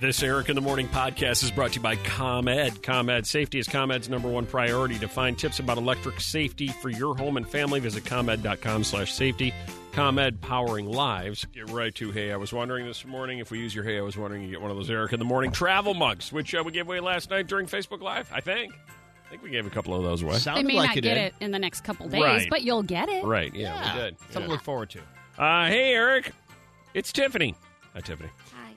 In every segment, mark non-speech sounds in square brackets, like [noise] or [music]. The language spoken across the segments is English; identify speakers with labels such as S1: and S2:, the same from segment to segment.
S1: This Eric in the Morning podcast is brought to you by ComEd. ComEd Safety is ComEd's number one priority. To find tips about electric safety for your home and family, visit ComEd.com slash safety. ComEd powering lives. Get right to Hey, I Was Wondering this morning. If we use your Hey, I Was Wondering, you get one of those Eric in the Morning travel mugs, which uh, we gave away last night during Facebook Live, I think. I think we gave a couple of those away.
S2: They
S3: Sounded
S2: may
S3: like
S2: not
S3: it
S2: get
S3: did.
S2: it in the next couple days,
S1: Right.
S2: but you'll get it.
S1: Right, yeah, we did.
S3: Something to
S1: Yeah.
S3: look forward to.
S1: Uh, hey, Eric. It's Tiffany. Hi, Tiffany.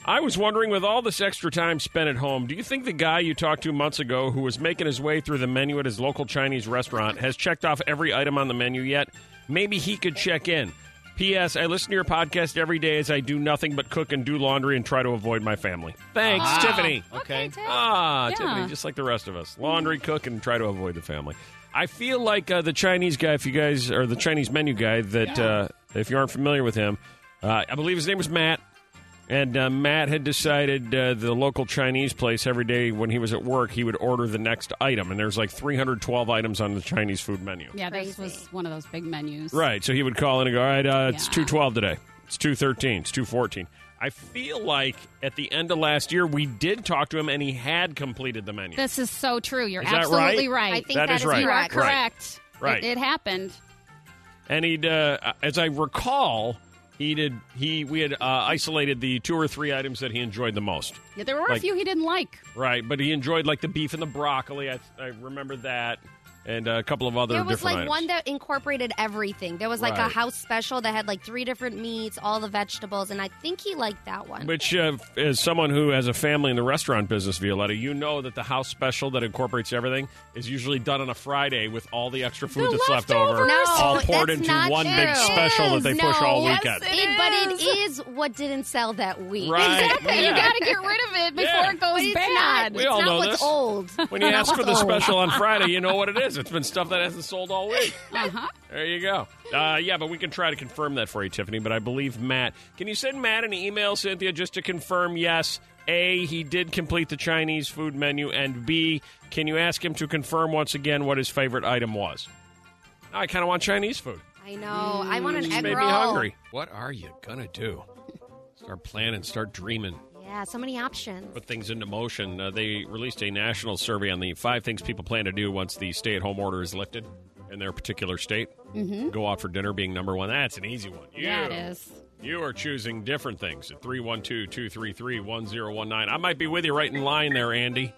S1: I was wondering, with all this extra time spent at home, do you think the guy you talked to months ago who was making his way through the menu at his local Chinese restaurant has checked off every item on the menu yet? Maybe he could check in. P.S. I listen to your podcast every day as I do nothing but cook and do laundry and try to avoid my family. Thanks,
S3: Ah.
S1: Tiffany.
S3: Okay.
S2: Ted.
S1: Ah,
S2: Yeah.
S1: Tiffany, just like the rest of us. Laundry, cook, and try to avoid the family. I feel like uh, the Chinese guy, if you guys, or the Chinese menu guy, that uh, if you aren't familiar with him, uh, I believe his name was Matt. And uh, Matt had decided uh, the local Chinese place every day when he was at work, he would order the next item. And there's like 312 items on the Chinese food menu.
S2: Yeah, this was one of those big menus.
S1: Right. So he would call in and go, all right, uh, it's
S2: Yeah.
S1: 212 today. It's 213. It's 214. I feel like at the end of last year, we did talk to him and he had completed the menu.
S2: This is so true. You're
S1: Is that
S2: absolutely right?
S1: right?
S4: I think
S1: That
S4: that
S1: is
S4: is,
S1: right.
S2: you are
S4: correct.
S2: correct.
S1: Right.
S2: It, it happened.
S1: and he'd, uh, as I recall, he did, he, we had uh, isolated the two or three items that he enjoyed the most.
S2: Yeah, there were
S1: Like-
S2: a few he didn't like. [laughs]
S1: Right. But he enjoyed like the beef and the broccoli. I, I remember that. And uh, a couple of other
S4: There was
S1: different
S4: like
S1: items.
S4: one that incorporated everything. There was like a
S1: Right.
S4: house special that had like three different meats, all the vegetables, and I think he liked that one.
S1: Which, uh, as someone who has a family in the restaurant business, Violetta, you know that the house special that incorporates everything is usually done on a Friday with all the extra food
S2: The
S1: that's left over,
S2: leftovers. No,
S1: all poured
S4: that's
S1: into
S4: not
S1: one big
S4: true.
S1: special that they
S4: It
S1: push
S4: is.
S1: all
S4: No.
S1: weekend.
S2: Yes,
S4: It- but it is what didn't sell that week. [laughs]
S1: Right.
S2: Exactly.
S1: Yeah.
S2: You got to get rid of it before
S1: Yeah.
S2: it goes
S4: It's
S2: bad.
S4: not,
S1: We
S4: it's
S1: all
S4: not
S1: know
S4: what's
S1: this.
S4: old.
S1: [laughs] When you
S4: Not
S1: ask for the
S4: what's old.
S1: special on Friday, you know what it is. It's been stuff that hasn't sold all week. There you go. Uh, yeah, but we can try to confirm that for you, Tiffany. But I believe Matt. Can you send Matt an email, Cynthia, just to confirm yes, A, he did complete the Chinese food menu, and B, can you ask him to confirm once again what his favorite item was? I kind of want Chinese food.
S4: I know. I want an
S1: Just
S4: egg
S1: made
S4: roll.
S1: me hungry. What are you gonna do? Start planning, start dreaming
S4: Yeah, so many options.
S1: put things into motion. Uh, they released a national survey on the five things people plan to do once the stay at home order is lifted in their particular state. Mm-hmm. Go out for dinner being number one. That's an easy one. You,
S2: Yeah, it is.
S1: You are choosing different things at 312 233 1019. I might be with you right in line there, Andy.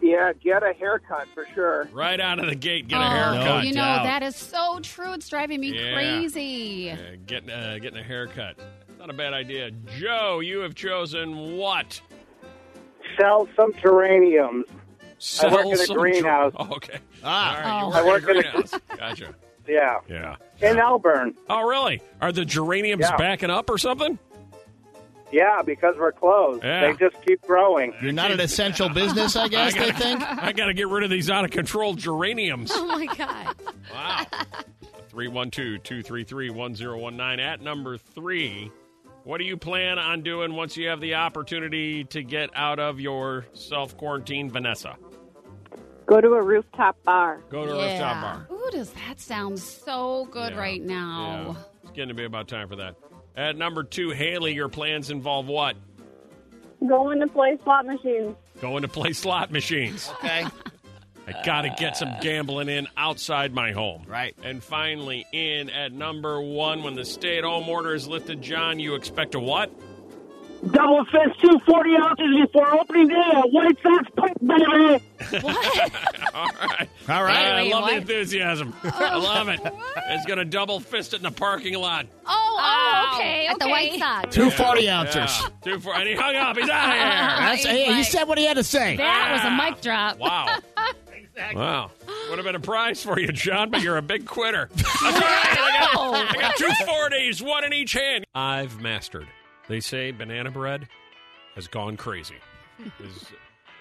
S5: Yeah, get a haircut for sure.
S1: Right out of the gate, get
S2: oh,
S1: a haircut.
S2: You know
S3: Doubt.
S2: that is so true. It's driving me
S1: Yeah.
S2: crazy.
S1: Uh, getting, uh, getting a haircut. Not a bad idea. Joe, you have chosen what?
S5: Sell some geraniums.
S1: Sell
S5: work in a
S1: some
S5: greenhouse.
S1: [laughs] Oh, okay.
S3: Ah.
S1: All right,
S2: Oh.
S1: you work
S5: I
S1: in a
S5: work in
S1: greenhouse. gotcha.
S5: Yeah.
S1: Yeah.
S5: In Elburn.
S1: Oh, really? Are the geraniums
S5: Yeah.
S1: backing up or something?
S5: Yeah, because we're closed.
S1: Yeah.
S5: They just keep growing.
S3: You're not an essential business, I guess, they think.
S1: [laughs] I got to get rid of these out of control geraniums.
S2: [laughs] [laughs] Oh my god.
S1: Wow. 312 233 1019 at number three. What do you plan on doing once you have the opportunity to get out of your self quarantine, Vanessa?
S6: Go to a rooftop bar.
S1: [laughs] Go to a rooftop
S2: yeah.
S1: bar.
S2: Ooh, does that sound so good
S1: Yeah.
S2: right now?
S1: Yeah. It's getting to be about time for that. At number two, Haley, your plans involve what?
S6: Go in to play slot machines.
S1: Going to play slot machines.
S3: Okay.
S1: I got to get some gambling in outside my home.
S3: Right.
S1: And finally, in at number one, when the stay at home order is lifted, John, you expect a what?
S5: Double fist, two forty ounces before opening day at White Sox Park, baby.
S1: All right.
S3: All right.
S1: I
S2: Wait,
S1: love the
S2: what? [laughs]
S1: enthusiasm. I love it. It's going to double fist it in the parking lot.
S2: Oh, oh, okay.
S4: At the
S2: okay. [laughs]
S4: White Sox.
S3: Two forty
S1: Yeah.
S3: ounces.
S1: Two for, and he hung up. He's out of
S2: [laughs]
S1: here.
S3: That's, hey, he said what he had to say.
S2: That was a mic drop.
S1: Wow. Wow. Would have been a prize for you, John, but you're a big quitter. That's all right. I
S2: Oh.
S1: [laughs] got, I got two 40s, one in each hand. I've mastered. They say banana bread has gone crazy. Is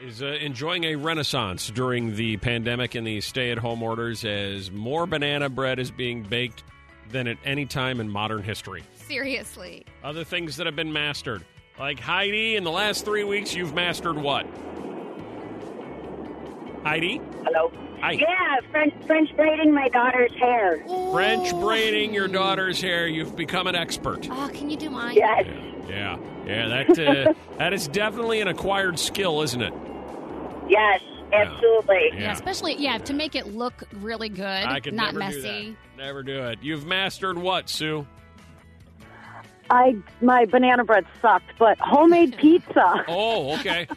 S1: is uh, enjoying a renaissance during the pandemic and the stay-at-home orders as more banana bread is being baked than at any time in modern history
S4: Seriously.
S1: other things that have been mastered. Like Heidi, in the last three weeks, you've mastered what? Heidi?
S6: Hello.
S1: Hi.
S6: Yeah, French French braiding my daughter's hair.
S1: French braiding your daughter's hair. You've become an expert.
S4: Oh, can you do mine?
S6: Yes.
S1: Yeah. Yeah, yeah. That uh, that is definitely an acquired skill, isn't it?
S6: Yes, absolutely.
S1: Yeah.
S2: Yeah. especially yeah, to make it look really good,
S1: I could
S2: not
S1: never
S2: messy.
S1: do that. Never do it. You've mastered what, Sue?
S6: I my banana bread sucked, but homemade pizza.
S1: [laughs] Oh, okay.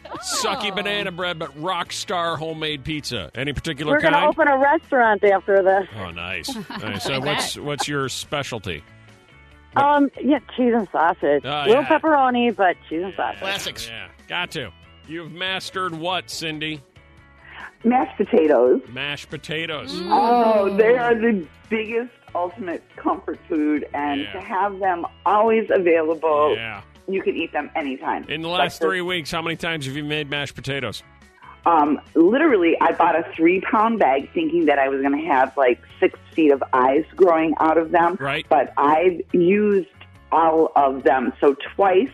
S1: Sucky banana bread, but rock star homemade pizza. Any particular
S6: We're
S1: kind?
S6: gonna open a restaurant after this.
S1: oh, nice. nice.
S2: I
S1: So,
S2: bet.
S1: what's what's your specialty?
S6: Um, yeah, cheese and sausage.
S1: Oh,
S6: Little
S1: yeah.
S6: pepperoni, but cheese and sausage.
S3: Classics.
S1: Yeah, got to. You've mastered what, Cindy?
S7: Mashed potatoes.
S1: Mashed potatoes.
S5: Mm.
S7: Oh, they are the biggest ultimate comfort food, and
S1: Yeah.
S7: to have them always available,
S1: Yeah.
S7: you can eat them anytime.
S1: In the last
S7: Like,
S1: three weeks, how many times have you made mashed potatoes?
S7: Um, literally, I bought a three pound bag thinking that I was going to have like six feet of eyes growing out of them.
S1: Right.
S7: But I've used all of them. So twice,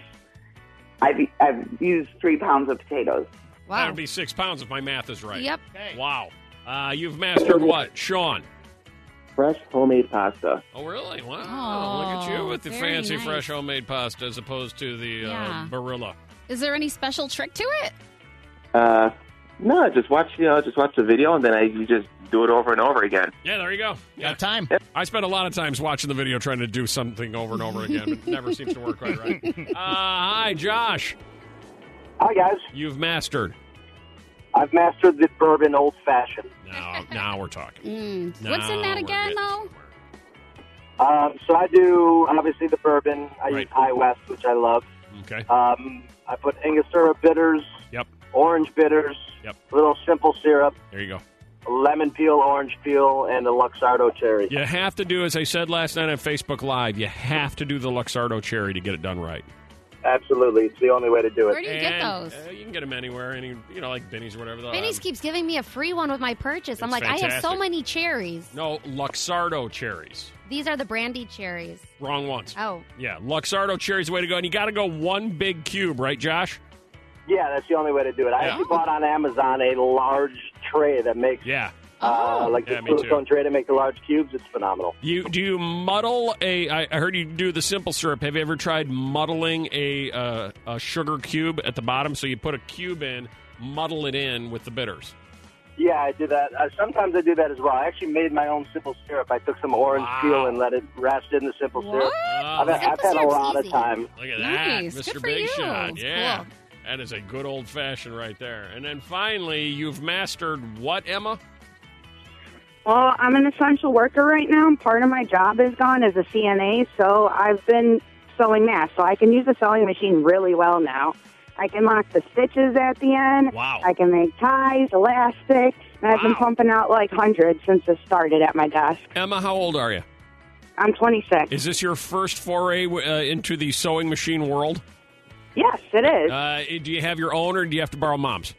S7: I've, I've used three pounds of potatoes.
S1: That
S4: Wow.
S1: would be six pounds if my math is right.
S4: Yep.
S1: Wow. Uh, you've mastered what, Sean?
S8: Fresh homemade pasta.
S1: Oh, really? Wow.
S2: Oh,
S1: Look at you with the
S2: very
S1: fancy
S2: nice.
S1: fresh homemade pasta as opposed to the uh,
S2: Yeah.
S1: Barilla.
S2: Is there any special trick to it?
S8: Uh, no, just watch you know, just watch the video, and then I you just do it over and over again.
S1: Yeah, there you go. Yeah.
S3: Got time.
S1: I spent a lot of times watching the video trying to do something over and over again, but it never seems to work
S2: [laughs]
S1: quite right. Uh, hi, Josh.
S5: Hi, guys.
S1: You've mastered.
S5: I've mastered the bourbon old fashioned.
S1: Now, now we're talking.
S2: Mm. [laughs] What's in that
S1: Now we're
S2: again
S1: getting
S2: though?
S1: somewhere.
S5: Um, so I do obviously the bourbon. I
S1: Right.
S5: use High West, which I love.
S1: Okay.
S5: Um, I put Angostura bitters,
S1: Yep.
S5: orange bitters,
S1: Yep.
S5: little simple syrup,
S1: There you go.
S5: lemon peel, orange peel, and a Luxardo cherry.
S1: You have to do, as I said last night on Facebook Live, you have to do the Luxardo cherry to get it done right.
S5: Absolutely, it's the only way to do
S2: Where
S5: it.
S2: do you get
S1: And,
S2: those?
S1: uh, you can get them anywhere, any you know, like Benny's or whatever. they'll
S4: Benny's
S1: have.
S4: keeps giving me a free one with my purchase. I'm
S1: It's
S4: like, I have so
S1: fantastic.
S4: many cherries.
S1: No, Luxardo cherries.
S4: These are the brandy cherries.
S1: Wrong ones.
S2: Uh,
S4: Oh,
S1: Yeah, Luxardo cherries the way to go, and you got to go one big cube, right, Josh?
S5: Yeah, that's the only way to do it. I
S1: Yeah.
S5: actually bought on Amazon a large tray that makes
S1: Yeah. Oh.
S5: uh, like
S1: Yeah,
S5: the
S1: me too.
S5: silicone tray to make the large cubes. It's phenomenal.
S1: You do you muddle a? I I heard you do the simple syrup. Have you ever tried muddling a uh, a sugar cube at the bottom? So you put a cube in, muddle it in with the bitters.
S5: Yeah, I do that. Uh, sometimes I do that as well. I actually made my own simple syrup. I took some orange
S1: Wow.
S5: peel and let it rest in the simple syrup.
S2: What?
S5: I've,
S1: Oh,
S5: I've had a
S4: syrup's
S5: lot
S4: easy.
S5: of time.
S1: look at that,
S2: Nice.
S1: Mr.
S2: Good for
S1: Big
S2: you.
S1: Shot.
S2: It's
S1: Yeah,
S2: cool.
S1: that is a good old fashioned right there. And then finally, you've mastered what, Emma?
S6: Well, I'm an essential worker right now. and Part of my job is gone as a CNA, so I've been sewing masks. So I can use the sewing machine really well now. I can lock the stitches at the end.
S1: Wow.
S6: I can make ties, elastic, and I've been
S1: Wow.
S6: pumping out like hundreds since this started at my desk.
S1: Emma, how old are you?
S6: I'm 26.
S1: Is this your first foray uh, into the sewing machine world?
S6: Yes, it is.
S1: Uh, do you have your own, or do you have to borrow mom's?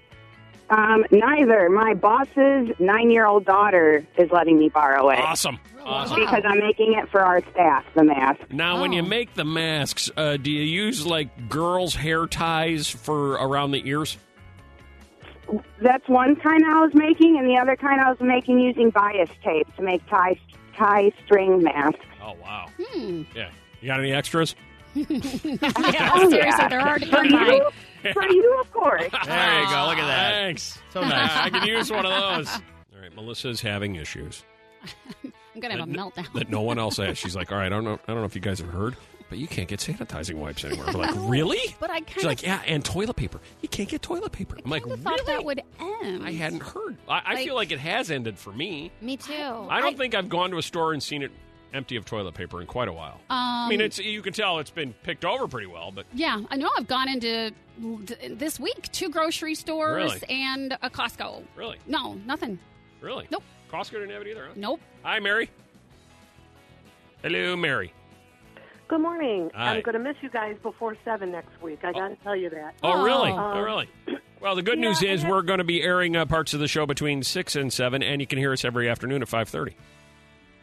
S6: Um, neither. My boss's nine-year-old daughter is letting me borrow it
S1: Awesome. Awesome.
S6: because I'm making it for our staff, the mask.
S1: Now, when
S2: Oh.
S1: you make the masks, uh, do you use like girls' hair ties for around the ears?
S6: That's one kind I was making, and the other kind I was making using bias tape to make tie tie string masks.
S1: Oh wow!
S2: Hmm.
S1: Yeah, you got any extras?
S2: Yeah, seriously, they're already in mine.
S1: [laughs]
S6: For you, of course.
S1: There you go. Look
S3: at
S1: [laughs]
S3: that.
S1: Thanks.
S3: So nice.
S1: I could use one of those. All right, Melissa's having issues
S2: I'm gonna have a
S1: That-
S2: meltdown. [laughs]
S1: that no one else has. She's like, "All right, I don't know. I don't know if you guys have heard, but you can't get sanitizing wipes anywhere." We're like, "Really?"
S2: But I
S1: She's
S2: kind
S1: like,
S2: of
S1: "Yeah, and toilet paper. You can't get toilet paper." I'm like,
S2: thought
S1: "Really?"
S2: that would end.
S1: I hadn't heard. I, I
S4: Like-
S1: feel like it has ended for me.
S4: me too.
S1: I don't think I've gone to a store and seen it empty of toilet paper in quite a while. I mean,
S2: Um,
S1: it's you can tell it's been picked over pretty well, but
S2: Yeah, I know. I've gone into this week two grocery stores
S1: Really?
S2: and a Costco.
S1: really,
S2: No, nothing.
S1: really,
S2: Nope.
S1: Costco didn't have it either. Huh?
S2: Nope.
S1: Hi, Mary. Hello, Mary.
S9: Good morning.
S1: Hi.
S9: I'm going to miss you guys before 7 next week. I got to tell you that.
S1: Oh,
S2: Oh.
S1: really?
S2: Um,
S1: oh, really? Well, the good
S9: yeah,
S1: news
S9: I
S1: is
S9: have-
S1: we're going to be airing uh, parts of the show between six and seven, and you can hear us every afternoon at five thirty.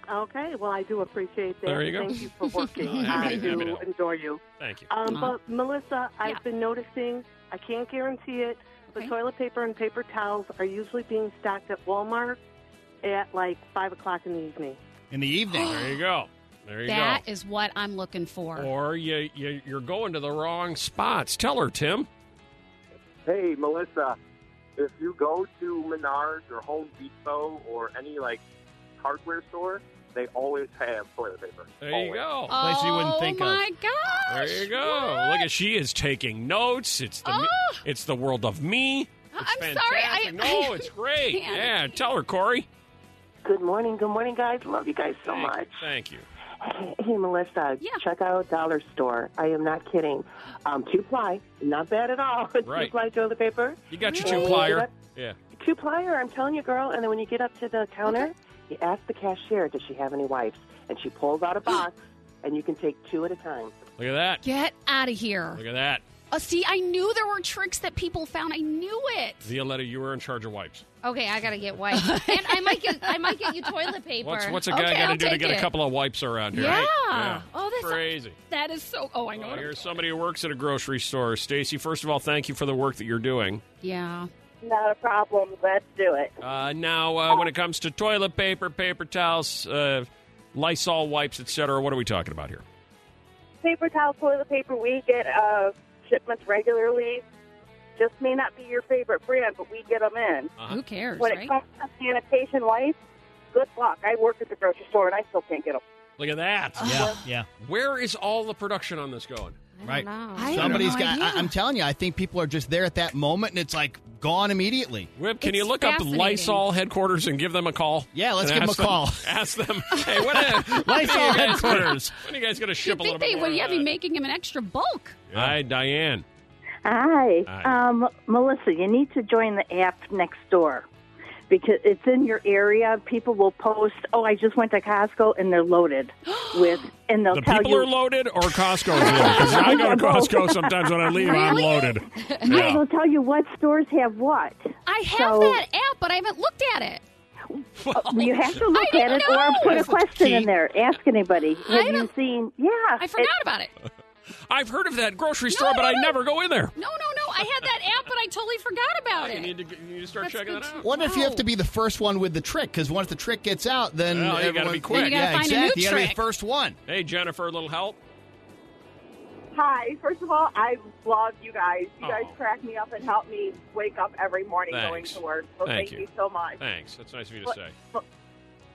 S9: Okay, well, I do appreciate that.
S1: There you go.
S9: Thank you for
S1: [laughs]
S9: working.
S1: Oh, happy
S9: I
S1: to- happy
S9: do
S1: to.
S9: enjoy you.
S1: Thank you.
S9: Um,
S2: Uh-huh.
S9: But, Melissa,
S2: Yeah.
S9: I've been noticing, I can't guarantee it, but
S2: Okay.
S9: toilet paper and paper towels are usually being stocked at Walmart at like 5 o'clock in the evening.
S3: In the evening.
S2: [gasps]
S1: There you go. There you
S2: That
S1: go.
S2: is what I'm looking for.
S1: Or you, you you're going to the wrong spots. Tell her, Tim.
S10: Hey, Melissa, if you go to Menards or Home Depot or any like hardware store, they always have toilet paper.
S1: There you go.
S3: Place you wouldn't think
S2: oh
S3: of.
S2: my gosh!
S1: There you go. Look at she is taking notes. It's the me-
S2: Oh.
S1: it's the world of me. It's
S2: I'm sorry, I-
S1: fantastic. no,
S2: I
S1: it's great.
S2: can't.
S1: Yeah, tell her, Corey.
S9: Good morning. Good morning, guys. Love you guys so much.
S1: Thank you.
S9: Hey, Melissa,
S2: Yeah.
S9: check out Dollar Store. I am not kidding. Um, two ply, not bad at all. [laughs]
S1: Right.
S9: two ply toilet paper.
S1: You got your
S9: Really?
S1: two plier.
S9: What?
S1: Yeah.
S9: Two plier, I'm telling you, girl. And then when you get up to the counter, you ask the cashier, does she have any wipes? And she pulls out a box,
S2: [gasps]
S9: and you can take two at a time.
S1: Look at that.
S2: Get out of here.
S1: Look at that.
S2: Uh, see, I knew there were tricks that people found. I knew it.
S1: Violetta, you were in charge of wipes.
S4: Okay, I gotta get
S1: [laughs]
S4: wipes, and I might get I might get you toilet paper.
S1: What's what's a guy
S2: Okay,
S1: got to
S2: I'll
S1: do to
S2: take
S1: get a
S2: it.
S1: couple of wipes around here?
S2: Yeah.
S1: right?
S2: Oh, that's
S1: crazy.
S2: that is so. Oh, I know.
S1: Well,
S2: what I'm-
S1: here's somebody who works at a grocery store. Stacy, first of all, thank you for the work that you're doing.
S2: yeah.
S9: Not a problem. Let's do it.
S1: Uh, now, uh, when it comes to toilet paper, paper towels, uh, Lysol wipes, etc., what are we talking about here?
S9: paper towel, toilet paper. We get uh, shipments regularly. Just may not be your favorite brand, but we get them in.
S1: Uh-huh.
S2: Who cares,
S9: when
S2: right?
S9: it comes to sanitation wipes, good luck. I work at the grocery store and I still can't get them.
S1: Look at that.
S3: Yeah, yeah.
S1: Where is all the production on this going?
S3: Right.
S4: Oh,
S2: I have
S3: Somebody's
S2: no
S3: got.
S2: idea.
S3: I, I'm telling you, I think people are just there at that moment, and it's like gone immediately.
S1: Wib, can
S2: It's
S1: you look up
S2: fascinating.
S1: Lysol headquarters and give them a call?
S3: Yeah, let's
S1: And
S3: give them
S1: ask
S3: a call.
S1: [laughs] ask
S3: [laughs]
S1: them, hey, what the,
S3: Lysol headquarters.
S1: When are you guys going to
S2: you
S1: ship a little
S2: think
S1: bit
S2: they
S1: more
S2: would
S1: of
S2: yeah, be
S1: that?
S2: making him an extra bulk?
S1: Hi, Diane.
S11: Hi.
S1: Hi.
S11: Um, Melissa, you need to join the app next door because it's in your area. People will post, oh, I just went to Costco and they're loaded with, and they'll
S1: The
S11: tell
S1: people
S11: you.
S1: are loaded or
S2: [laughs]
S1: Costco's loaded? Because I go to Costco sometimes when I leave, I'm loaded.
S11: Yeah,
S2: [laughs]
S11: They'll tell you what stores have what.
S2: I have
S11: So-
S2: that app, but I haven't looked at it.
S11: You have to look
S2: I
S11: at it
S2: didn't
S11: or
S2: know.
S11: put a question
S3: Key.
S11: in there. Ask anybody. Have you
S2: don't-
S11: seen? Yeah.
S2: I
S11: it-
S2: forgot about it.
S1: I've heard of that grocery store,
S2: No,
S1: but
S2: no,
S1: I
S2: no.
S1: never go in there.
S2: No, no, no. I had that app, but I totally forgot about
S1: Oh, You
S2: it.
S1: need to, you need to start
S2: That's
S1: checking
S2: good
S1: that
S2: to-
S1: out.
S3: Wonder if you have
S2: Wow.
S3: to be the first one with the trick, because once the trick gets out, then
S1: Well, you gotta be
S3: everyone-
S1: quick. Then you
S2: gotta
S3: yeah,
S2: find a new
S3: exactly. you gotta be
S2: trick.
S3: the first one.
S1: Hey, Jennifer, a little help?
S9: Hi. First of all, I love you guys. You guys
S1: Oh.
S9: crack me up and help me wake up every morning going
S1: Thanks.
S9: to work. So
S1: Thank
S9: thank,
S1: you.
S9: you. so much.
S1: Thanks. That's nice of you to
S9: What-
S1: say.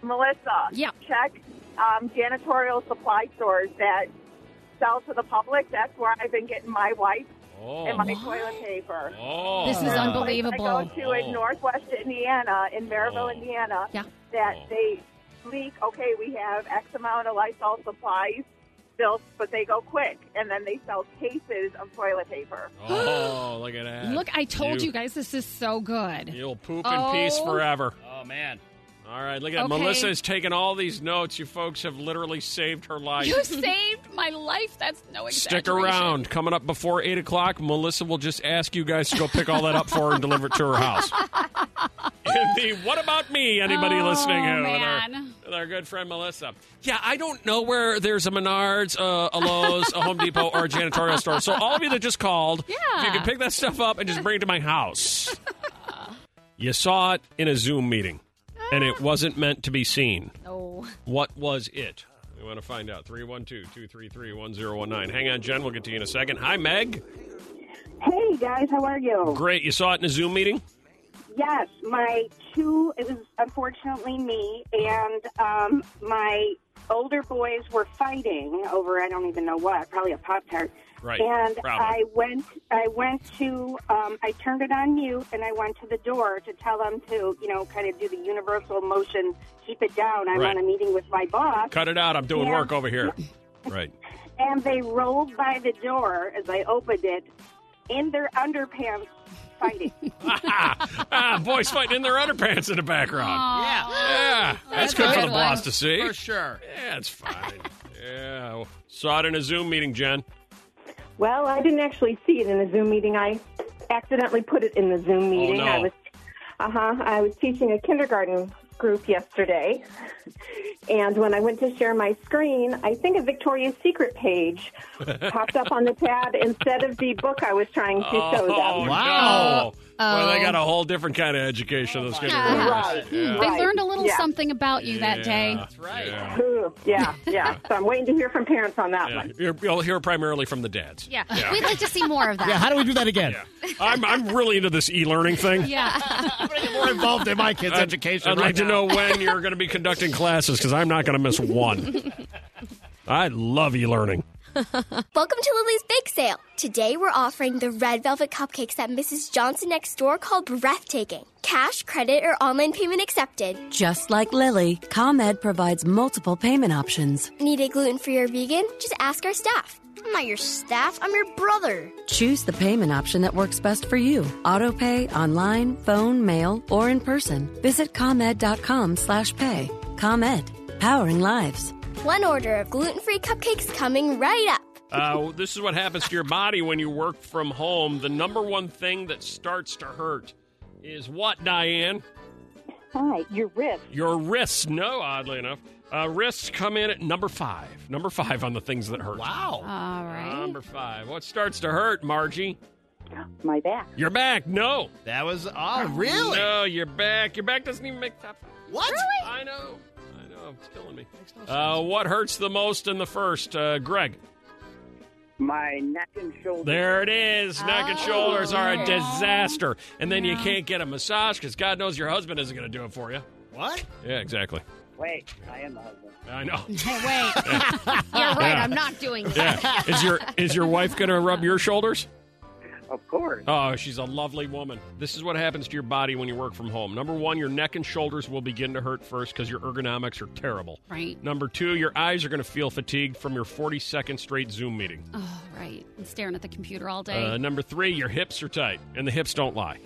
S9: Melissa,
S2: Yeah.
S9: check um, janitorial supply stores that sell to the public. That's where I've been getting my wipes and my
S1: Oh.
S9: toilet paper.
S2: [gasps]
S1: Oh.
S2: This is
S9: There's a place I
S2: unbelievable.
S9: go to in
S1: Oh.
S9: Northwest Indiana, in Maryville,
S1: Oh.
S9: Indiana,
S2: Yeah.
S9: that
S1: Oh.
S9: they leak. Okay, we have X amount of Lysol supplies built, but they go quick, and then they sell cases of toilet paper.
S1: Oh, look at that.
S2: Look, I told
S1: You-
S2: you guys this is so good.
S1: You'll poop in peace
S2: Oh.
S1: forever.
S3: Oh man.
S1: All right, look at that.
S2: Okay.
S1: Melissa has taken all these notes. You folks have literally saved her life.
S2: You saved my life. That's no
S1: Stick
S2: exaggeration.
S1: around. Coming up before 8 o'clock, Melissa will just ask you guys to go pick all that up for her and deliver it to
S2: [laughs]
S1: her house. In the What About Me, anybody
S2: Oh,
S1: listening here with our-
S2: man.
S1: with our good friend Melissa. Yeah, I don't know where there's a Menards, uh, a Lowe's, a Home Depot, or a janitorial store. So all of you that just called, if you
S2: Yeah.
S1: can pick that stuff up and just bring it to my
S2: [laughs]
S1: house. you saw it in a Zoom meeting, and
S2: Ah.
S1: it wasn't meant to be seen.
S2: No.
S1: What was it? We want to find out. 312 233 1019. Hang on, Jen. We'll get to you in a second. Hi, Meg.
S11: Hey guys, how are you?
S1: Great. You saw it in a Zoom meeting?
S11: Yes, my two, it was unfortunately me, and um, my older boys were fighting over I don't even know what, probably a Pop Tart.
S1: Right,
S11: And
S1: probably.
S11: I went, I went to, um, I turned it on mute, and I went to the door to tell them to, you know, kind of do the universal motion, keep it down. I'm
S1: Right.
S11: on a meeting with my boss,
S1: Cut it out. I'm doing
S11: Yeah.
S1: work over here. Right. [laughs]
S11: and they rolled by the door as I opened it in their underpants fighting.
S1: ah, boys fighting in their underpants in the background.
S3: Yeah.
S1: Yeah.
S2: That's
S1: That's, good
S3: a
S1: for the
S3: good
S1: boss
S2: one.
S1: to see.
S3: For sure.
S1: Yeah, it's fine. yeah. Saw it in a Zoom meeting, Jen.
S9: Well, I didn't actually see it in a Zoom meeting. I accidentally put it in the [laughs] Zoom meeting.
S1: Oh, no.
S9: I was, uh huh. I was teaching a kindergarten group yesterday, and when I went to share my screen, I think a Victoria's Secret page popped up on the tab instead of the book I was trying to show them.
S1: Oh,
S3: Wow.
S1: no. Well, they
S2: Oh.
S1: got a whole different kind of education. that's getting reversed. Yeah.
S2: They learned a little
S9: Yeah.
S2: something about you that day.
S1: That's right. Yeah.
S9: yeah, yeah. So I'm waiting to hear from parents on that
S1: Yeah.
S9: one.
S1: You're- You'll hear primarily from the dads.
S4: Yeah.
S1: Yeah.
S4: We'd like to see more of that.
S1: Yeah, how
S3: do we do that again?
S1: I'm, I'm really into this e-learning thing.
S4: Yeah.
S3: More involved in my kids'
S1: I'd-
S3: education.
S1: I'd
S3: right
S1: like to know
S3: now.
S1: when you're going to be conducting classes because I'm not going to miss one. I love e-learning.
S12: Welcome to Lily's Bake Sale. Today we're offering the red velvet cupcakes at Mrs. Johnson next door called Breathtaking. Cash, credit, or online payment accepted.
S13: Just like Lily, ComEd provides multiple payment options.
S12: Need a gluten free or vegan? Just ask our staff. I'm not your staff, I'm your brother.
S13: Choose the payment option that works best for you. Autopay, online, phone, mail, or in person. Visit ComEd.com slash pay. ComEd, powering lives.
S12: One order of gluten free cupcakes coming right up.
S1: Uh, this is what happens to your body when you work from home. The number one thing that starts to hurt is what, Diane?
S14: Hi, your wrist.
S1: Your wrists. No, oddly enough. Uh, wrists come in at number five. Number five on the things that hurt. Wow.
S2: All
S1: Number five. What starts to hurt, Margie?
S14: My back.
S1: Your back. No.
S3: That was. Oh, really?
S1: No, your back. Your back doesn't even make top five.
S3: What?
S1: I know. I know. It's killing me. Uh, what hurts the most in the first, uh, Greg?
S14: My neck and shoulders.
S1: There it is. Neck and shoulders are a disaster. And then you can't get a massage because God knows your husband isn't going to do it for you.
S3: What?
S1: Yeah, exactly.
S14: Wait, I am the husband.
S1: I know. [laughs]
S2: Wait. You're right. I'm not doing that.
S1: Yeah. Is your is your wife going to rub your shoulders?
S14: Of course.
S1: Oh, she's a lovely woman. This is what happens to your body when you work from home. Number one, your neck and shoulders will begin to hurt first because your ergonomics are terrible.
S2: [laughs] Right.
S1: Number two, your eyes are going to feel fatigued from your 42nd straight Zoom meeting.
S2: Oh, right. And staring at the computer all day.
S1: Uh, number three, your hips are tight, and the hips don't lie.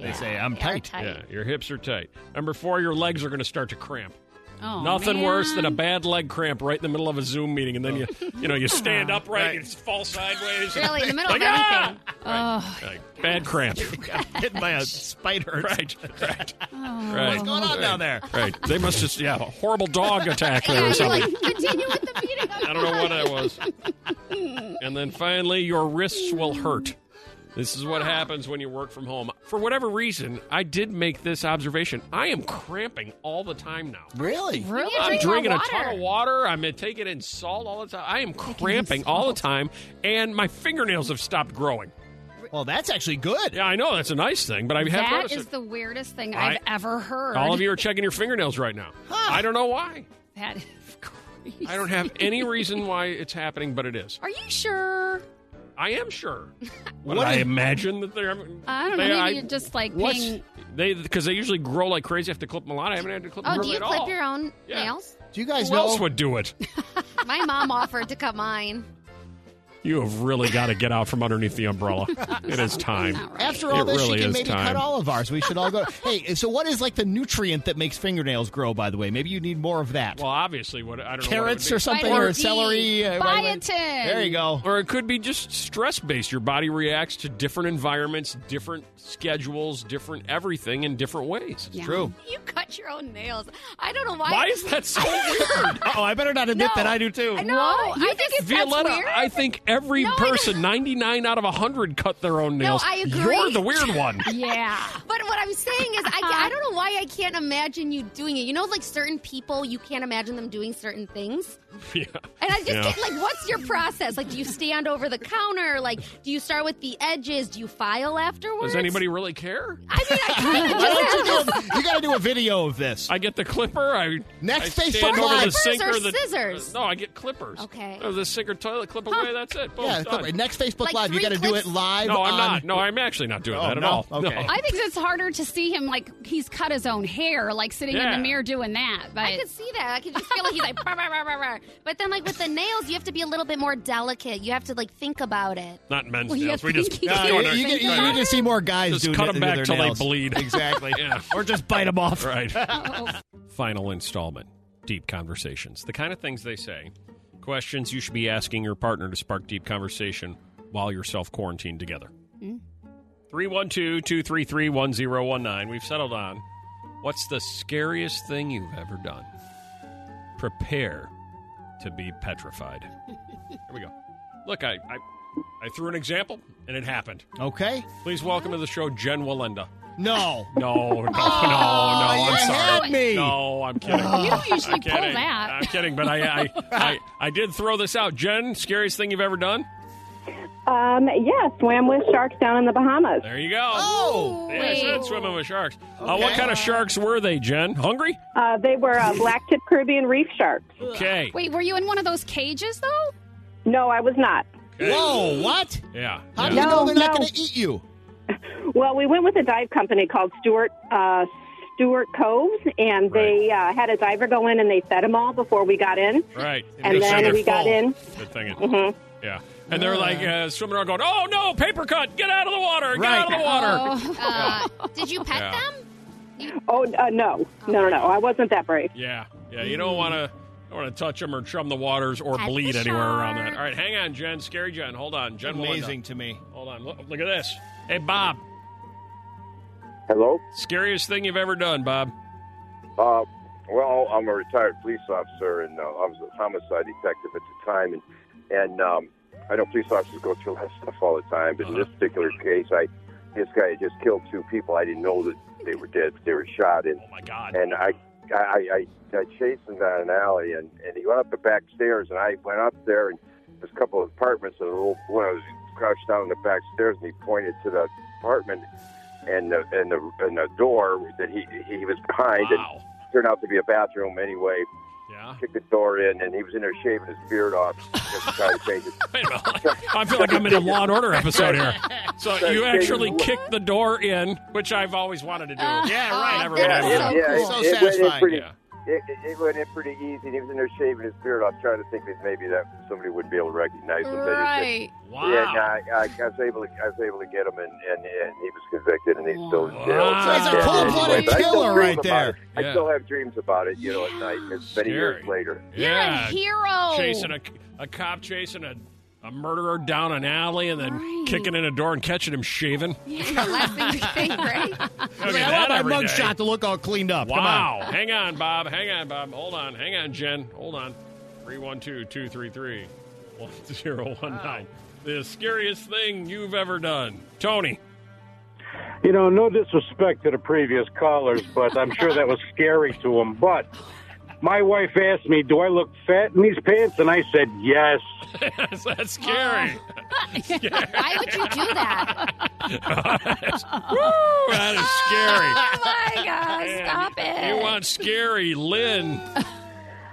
S3: They say I'm tight.
S1: Yeah, your hips are tight. Number four, your legs are going to start to cramp.
S2: oh,
S1: Nothing
S2: man.
S1: worse than a bad leg cramp right in the middle of a Zoom meeting, and then you, you know, you stand upright,
S3: Right.
S1: you just fall
S4: [laughs]
S1: sideways.
S2: Really, in the middle
S1: Like,
S2: of
S1: "Ah!"
S2: everything. Oh,
S1: Like, bad cramp.
S3: [laughs] Hit by a spider.
S1: [laughs] Right, right,
S2: oh.
S1: right.
S3: What's going on down there?
S1: Right. They must just yeah, have a horrible dog attack there or
S2: You're
S1: something.
S2: like, continue with the meeting.
S1: [laughs] I don't know what that was. And then finally, your wrists will hurt. This is what happens when you work from home. For whatever reason, I did make this observation. I am cramping all the time now.
S3: Really?
S2: Really?
S1: I'm
S2: Drink more
S1: drinking a
S2: water.
S1: ton of water. I'm taking in salt all the time. I am cramping all the time, and my fingernails have stopped growing.
S3: Well, that's actually good.
S1: Yeah, I know that's a nice thing, but I have
S2: That
S1: noticed
S2: is
S1: it.
S2: the weirdest thing
S1: I-
S2: I've ever heard.
S1: all of you are checking your fingernails right now. I don't know why.
S2: That is [laughs] crazy.
S1: I don't have any reason why it's happening, but it is.
S2: Are you sure?
S1: I am sure. What,
S3: What
S1: did I
S3: is-
S1: imagine that they're.
S2: I don't know.
S1: They-
S2: Maybe
S1: I-
S2: you're just like
S1: What's-
S2: paying.
S1: They because they usually grow like crazy. I have to clip them a lot. I haven't had to clip them
S4: Oh, do
S1: really
S4: you
S1: at
S4: clip
S1: all.
S4: your own
S1: Yeah.
S4: nails?
S3: Do you guys
S1: Who
S3: know?
S1: else would do it?
S4: My mom offered to cut mine. [laughs]
S1: You have really got to get out from underneath the umbrella. It is time.
S3: After all
S1: It
S3: this,
S1: really
S3: she can
S1: is
S3: maybe
S1: time.
S3: cut all of ours. We
S1: [laughs]
S3: should all go. hey, so what is like the nutrient that makes fingernails grow? By the way, maybe you need more of that.
S1: Well, obviously, what I don't know what it would
S3: Carrots
S1: be.
S3: or something,
S2: Vitamin
S3: or
S2: D,
S3: celery. uh, vitamin-
S2: biotin.
S3: There you go.
S1: Or it could be just stress based. Your body reacts to different environments, different schedules, different everything in different ways.
S2: Yeah.
S3: [laughs]
S2: You cut your own nails. I don't know why.
S1: Why is that so weird?
S3: Oh, I better not admit
S2: No.
S3: that I do too.
S2: I know.
S4: What?
S2: I think it's that's
S1: Violetta,
S2: weird.
S1: I think every
S2: No, I
S1: person, 99 out of 100, cut their own nails.
S4: I agree.
S1: You're the weird one.
S2: yeah.
S4: But what I'm saying is, I, I don't know why I can't imagine you doing it. You know, like certain people, you can't imagine them doing certain things.
S1: yeah.
S4: And I just
S1: Yeah.
S4: get like, what's your process? Like, do you stand over the counter? Like, do you start with the edges? Do you file afterwards?
S1: Does anybody really care?
S4: I mean, I kind of
S3: Why
S4: just.
S3: don't you, do, [laughs] you got to do a video of this.
S1: I get the clipper. I
S3: Next
S1: I
S3: Facebook
S1: stand over the
S3: Live.
S1: sink
S4: Clippers
S1: or
S4: or
S1: the
S4: scissors?
S1: no, I get clippers.
S4: Okay.
S1: Oh, the sink or toilet clip away. That's it. Boom.
S3: yeah,
S1: done.
S3: it's- next Facebook
S4: Like
S3: Live, you
S4: three
S3: got to do it
S4: clips?
S3: live.
S1: No, I'm
S3: on-
S1: not. No, I'm actually not doing
S3: Oh,
S1: that at
S3: no?
S1: all.
S3: Okay.
S1: No.
S2: I think it's harder to see him like he's cut his own hair, like sitting in
S1: Yeah.
S2: the mirror doing that. But
S4: I could see that. I could just feel like he's like, [laughs] "Brr, brr, brr, brr, brr." but then like with the nails, you have to be a little bit more delicate. You have to like think about it.
S1: Not men's
S2: Well, you
S1: nails.
S2: have
S1: We
S2: to
S1: just
S2: keep
S1: no,
S3: Yeah,
S2: it
S1: no,
S3: you,
S1: no,
S3: you get- you
S1: right.
S3: need to see more guys
S1: just
S3: doing
S1: cut
S3: it
S1: them
S3: with
S1: back
S3: their
S1: till they
S3: nails.
S1: bleed. [laughs]
S3: Exactly.
S1: Yeah.
S3: Or just bite them off.
S1: [laughs] Right.
S2: oh,
S1: Final installment. Deep conversations. The kind of things they say. Questions you should be asking your partner to spark deep conversation while you're self quarantined together.
S2: Mm.
S1: 312 233 1019. We've settled on what's the scariest thing you've ever done? Prepare to be petrified. Here we go. Look, I, I I threw an example, and it happened.
S3: Okay.
S1: Please welcome to the show Jen Walenda.
S3: No.
S1: No, no, no, no. I'm
S3: you
S1: sorry.
S3: had me.
S1: No, I'm kidding.
S2: You don't usually
S1: I'm kidding.
S2: pull that.
S1: I'm kidding, but I, I, I, I did throw this out. Jen, scariest thing you've ever done?
S9: Um, yeah, swam with sharks down in the Bahamas.
S1: There you go. Oh, yeah, I said swimming with sharks. Uh, what kind of sharks were they, Jen? Hungry?
S9: Uh, they were uh, black tip Caribbean reef sharks.
S1: Okay.
S2: Wait, were you in one of those cages though?
S9: No, I was not.
S1: Okay.
S3: Whoa, what?
S1: Yeah.
S3: How
S1: yeah.
S3: do you know they're not
S9: No, no.
S3: going to eat you?
S9: Well, we went with a dive company called Stewart uh, Stewart Coves, and they uh, had a diver go in and they fed them all before we got in.
S1: Right.
S9: And
S1: They said
S9: then
S1: they're
S9: we got
S1: full.
S9: in.
S1: Good thing. it-
S9: Mhm.
S1: Yeah. And they're like uh, swimming around going, oh, no, paper cut. Get out of the water. Get out of the water.
S4: [laughs] Uh, did you pet
S1: Yeah.
S4: them?
S9: Oh uh, no, no, no, no! I wasn't that brave.
S1: Yeah. Yeah. You don't want to. Don't want to touch them or chum the waters or
S4: Pet the
S1: bleed anywhere around that.
S4: shark.
S1: All right, hang on, Jen. Scary Jen. Hold on. Jen Melinda.
S3: Amazing to me.
S1: Hold on. Look, look at this. Hey, Bob.
S15: Hello?
S1: Scariest thing you've ever done, Bob.
S15: Uh, well, I'm a retired police officer, and uh, I was a homicide detective at the time, and and um, I know police officers go through that stuff all the time. But in this particular case, I this guy had just killed two people. I didn't know that they were dead. They were shot, and
S1: oh my god!
S15: And I I I, I chased him down an alley, and and he went up the back stairs, and I went up there, and there's a couple of apartments, and a little boy was crouched down in the back stairs, and he pointed to the apartment. And the, and the and the door that he he was behind, and
S1: Wow.
S15: turned out to be a bathroom anyway.
S1: Yeah. [laughs]
S15: Kicked the door in, and he was in there shaving his beard off, just trying to change it.
S1: I feel like I'm in a Law and Order episode here. So
S15: [laughs] Sorry,
S1: you
S15: Katie.
S1: actually kicked the door in, which I've always wanted to do. yeah, right. Never
S15: yeah,
S1: mind.
S15: yeah, yeah, it- it went in pretty-
S1: Yeah.
S15: It, it, it went in pretty easy. and He was in there shaving his beard off, trying to think that maybe that somebody would be able to recognize him. But it-
S2: Oh, Right.
S1: Wow.
S15: Yeah, no, I, I, I was able to I was able to get him, and, and, and he was convicted, and he's still in jail.
S1: Wow. He's a
S15: Yeah,
S1: cold-blooded
S15: anyway, but I still
S1: killer
S15: dream
S1: right
S15: about
S1: there.
S15: it.
S1: Yeah.
S15: I still have dreams about it, you know, at night. It's many years
S1: Scary.
S15: later.
S1: yeah.
S2: hero.
S1: Chasing a, a cop, chasing a, a murderer down an alley, and then kicking in a door and catching him shaving. [laughs]
S4: Yeah, the last [laughs] thing you think, right?
S1: Look at
S3: I
S1: that
S3: want my
S1: every day.
S3: mugshot to look all cleaned up. Come
S1: Wow.
S3: on.
S1: Hang on, Bob. Hang on, Bob. Hold on. Hang on, Jen. Hold on. 312 233 1019. The scariest thing you've ever done. Tony.
S16: You know, no disrespect to the previous callers, but I'm sure that was scary to them. But my wife asked me, "Do I look fat in these pants?" And I said, "Yes."
S1: [laughs] That's scary.
S4: Why would you do
S1: [laughs]
S4: that?
S1: Woo, that is scary.
S4: Oh my gosh, stop it.
S1: You want scary, Lynn.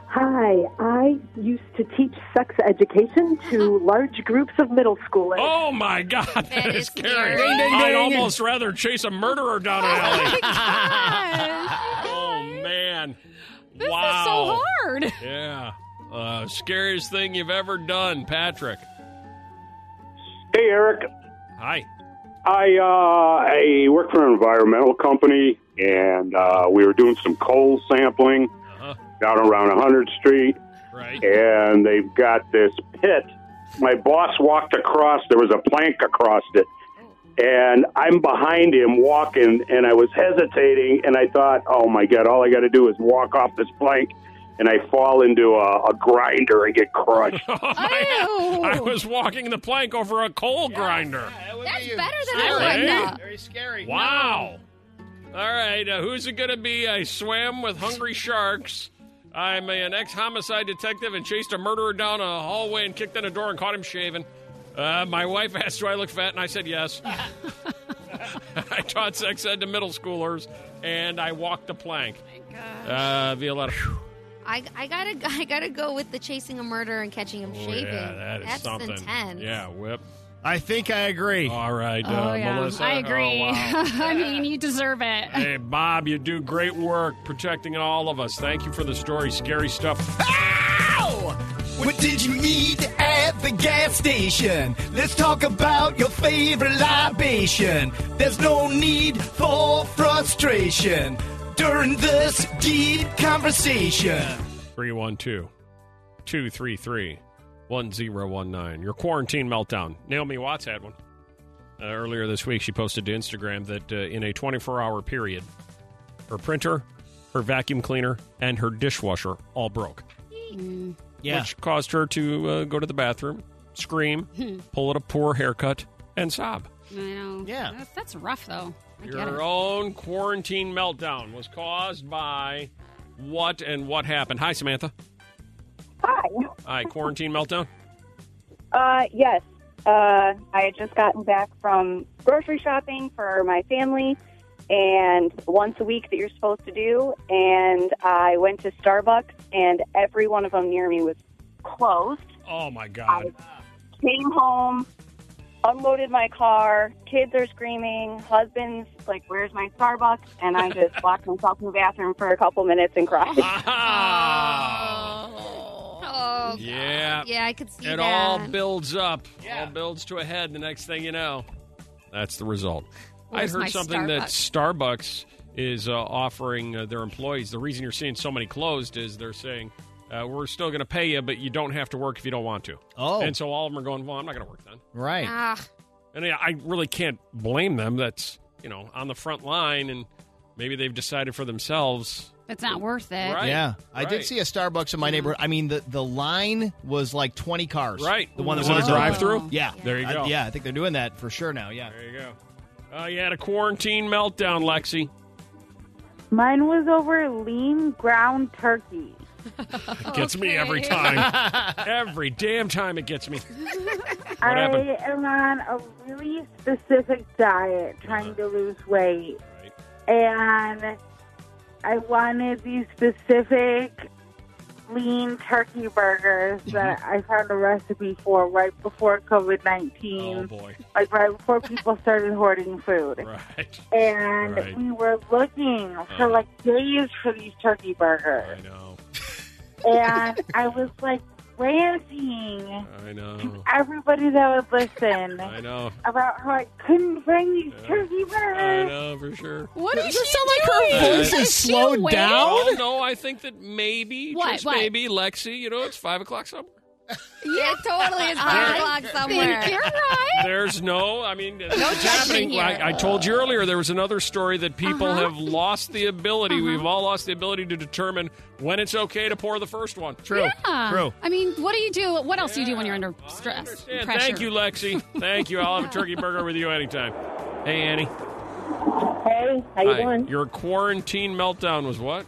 S17: Hi, I used to teach sex education to large groups of middle schoolers.
S1: Oh my God, that is, scary.
S17: Ding, ding,
S1: I'd
S17: ding. Oh,
S1: almost rather chase a murderer down an
S2: [laughs]
S1: alley. oh man,
S2: This
S1: wow,
S2: is so hard.
S1: Yeah, uh, scariest thing you've ever done, Patrick.
S18: Hey, Eric.
S1: Hi.
S18: I uh, I work for an environmental company, and uh, we were doing some coal sampling down around 100th Street.
S1: Right.
S18: And they've got this pit. My boss walked across. There was a plank across it, and I'm behind him walking, and I was hesitating, and I thought, "Oh my God! All I got to do is walk off this plank." And I fall into a, a grinder and get crushed.
S1: [laughs] I was walking the plank over a coal grinder.
S4: That's better than
S1: Scary.
S4: I
S1: Right?
S4: would. Very scary.
S1: Wow. All right, uh, who's it going to be? I swam with hungry sharks. I'm an ex homicide detective and chased a murderer down a hallway and kicked in a door and caught him shaving. Uh, my wife [laughs] asked, Do I look fat? And I said, Yes. [laughs] I taught sex ed to middle schoolers and I walked a plank.
S2: Oh
S1: Uh, Violetta.
S4: I, I gotta [laughs] I gotta go with the chasing a murderer and catching him
S1: Oh,
S4: shaving.
S1: yeah, that is
S4: That's
S1: something.
S4: intense.
S1: Yeah, whip.
S3: I think I agree.
S1: All right, uh,
S2: oh yeah,
S1: Melissa.
S2: I
S1: Oh,
S2: agree. [laughs]
S1: wow.
S2: I mean, you deserve it.
S1: Hey, Bob, you do great work protecting all of us. Thank you for the story. Scary stuff.
S19: What did you eat at the gas station? Let's talk about your favorite libation. There's no need for frustration during this deep conversation.
S1: 312 233 1019. Your quarantine meltdown. Naomi Watts had one. Uh, earlier this week, she posted to Instagram that uh, in a 24 hour period, her printer, her vacuum cleaner, and her dishwasher all broke,
S2: Mm.
S1: which caused her to uh, go to the bathroom scream, pull out a poor haircut, and sob.
S2: I know. Yeah. That's, that's rough, though. I get
S1: Your
S2: it.
S1: own quarantine meltdown was caused by what and what happened? Hi, Samantha.
S20: Hi.
S1: Hi, quarantine meltdown.
S20: Uh, yes. Uh, I had just gotten back from grocery shopping for my family, and once a week that you're supposed to do. And I went to Starbucks, and every one of them near me was closed.
S1: Oh my God.
S20: Came home, unloaded my car. Kids are screaming. Husband's like, "Where's my Starbucks?" And I just locked myself in the bathroom for a couple minutes and cried.
S4: Oh,
S1: Yeah.
S4: God. Yeah, I could see
S1: it
S4: that.
S1: all builds up. All builds to a head. The next thing you know, that's the result.
S4: Where's
S1: I
S4: my
S1: heard something that Starbucks is uh, offering uh, their employees. The reason you're seeing so many closed is they're saying, uh, "We're still going to pay you, but you don't have to work if you don't want to."
S3: Oh.
S1: and so all of them are going, "Well, I'm not going to work then."
S3: Right.
S4: Ah,
S1: And yeah, I really can't blame them. That's you know on the front line, and maybe they've decided for themselves.
S2: It's not worth it.
S1: Right.
S3: Yeah, I did
S1: Right.
S3: see a Starbucks in my neighborhood. I mean, the, the line was like twenty cars.
S1: Right.
S3: the one that
S1: Was it a
S3: was
S1: drive-thru?
S3: Yeah,
S1: There you
S3: I-
S1: go.
S3: yeah, I think they're doing that for sure now. Yeah,
S1: There you go. Uh, you had a quarantine meltdown, Lexi.
S21: Mine was over lean ground turkey.
S1: It gets me every
S21: Okay.
S1: time.
S3: [laughs]
S1: every damn time it gets me.
S21: I
S1: happened?
S21: am on a really specific diet trying to lose weight. And I wanted these specific lean turkey burgers
S1: Mm-hmm.
S21: that I found a recipe for right before COVID 19.
S1: Oh, boy.
S21: Like right before people started hoarding food.
S1: Right.
S21: And
S1: Right. Uh-huh.
S21: we were looking for like days for these turkey burgers.
S1: I know.
S21: and I was like ranting
S1: I know.
S21: everybody that would listen
S1: I know.
S21: about how I couldn't bring these turkey
S1: I
S21: burgers.
S1: know for sure.
S2: What
S21: is
S2: she
S3: doing? Her voice
S1: Uh,
S3: is slowed down?
S1: Well, Oh, no, I think that maybe,
S4: What,
S1: just
S4: what?
S1: maybe, Lexi. You know, it's five o'clock somewhere.
S4: Yeah, it totally
S1: [laughs]
S4: is
S2: I
S4: five o'clock somewhere.
S2: think you're right.
S1: There's no. I mean, it's
S4: No
S1: it's
S4: judging
S1: happening.
S4: here. Uh-huh.
S1: I, I told you earlier there was another story that people have lost the ability. We've all lost the ability to determine when it's okay to pour the first one.
S2: Yeah. I mean, what do you do? What else do you do when you're under stress?
S1: Yeah,
S2: and pressure?
S1: thank you, Lexi. Thank you. I'll have
S4: [laughs]
S1: a turkey burger with you anytime. Hey, Annie.
S22: Hey, how you
S1: Hi.
S22: doing?
S1: Your quarantine meltdown was what?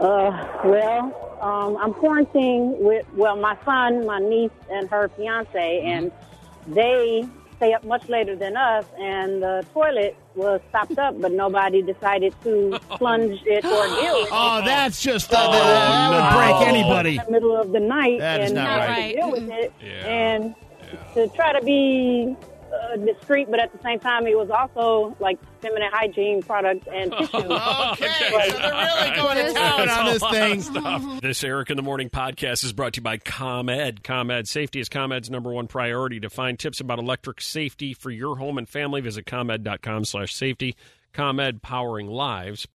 S22: Uh, well, um, I'm quarantined with well my son, my niece, and her fiance,
S3: Mm-hmm.
S22: and they stay up much later than us. And the toilet was stopped up, but nobody decided
S3: [laughs]
S22: to plunge it
S3: [gasps]
S22: or do it.
S3: Oh, that's just that, that- that would break anybody.
S22: In the middle of the night,
S3: That is
S22: and
S3: not
S22: nobody
S3: right.
S22: deal with it,
S3: Yeah.
S22: and to try to be. Uh, discreet, but at the same time, it was also like feminine hygiene products
S3: [laughs]
S22: and tissue. okay, so they're really
S3: going to town on this thing.
S4: Uh-huh.
S1: Uh, This Eric in the Morning podcast is brought to you by ComEd. ComEd safety is ComEd's number one priority. To find tips about electric safety for your home and family, visit ComEd.com slash safety. ComEd powering lives.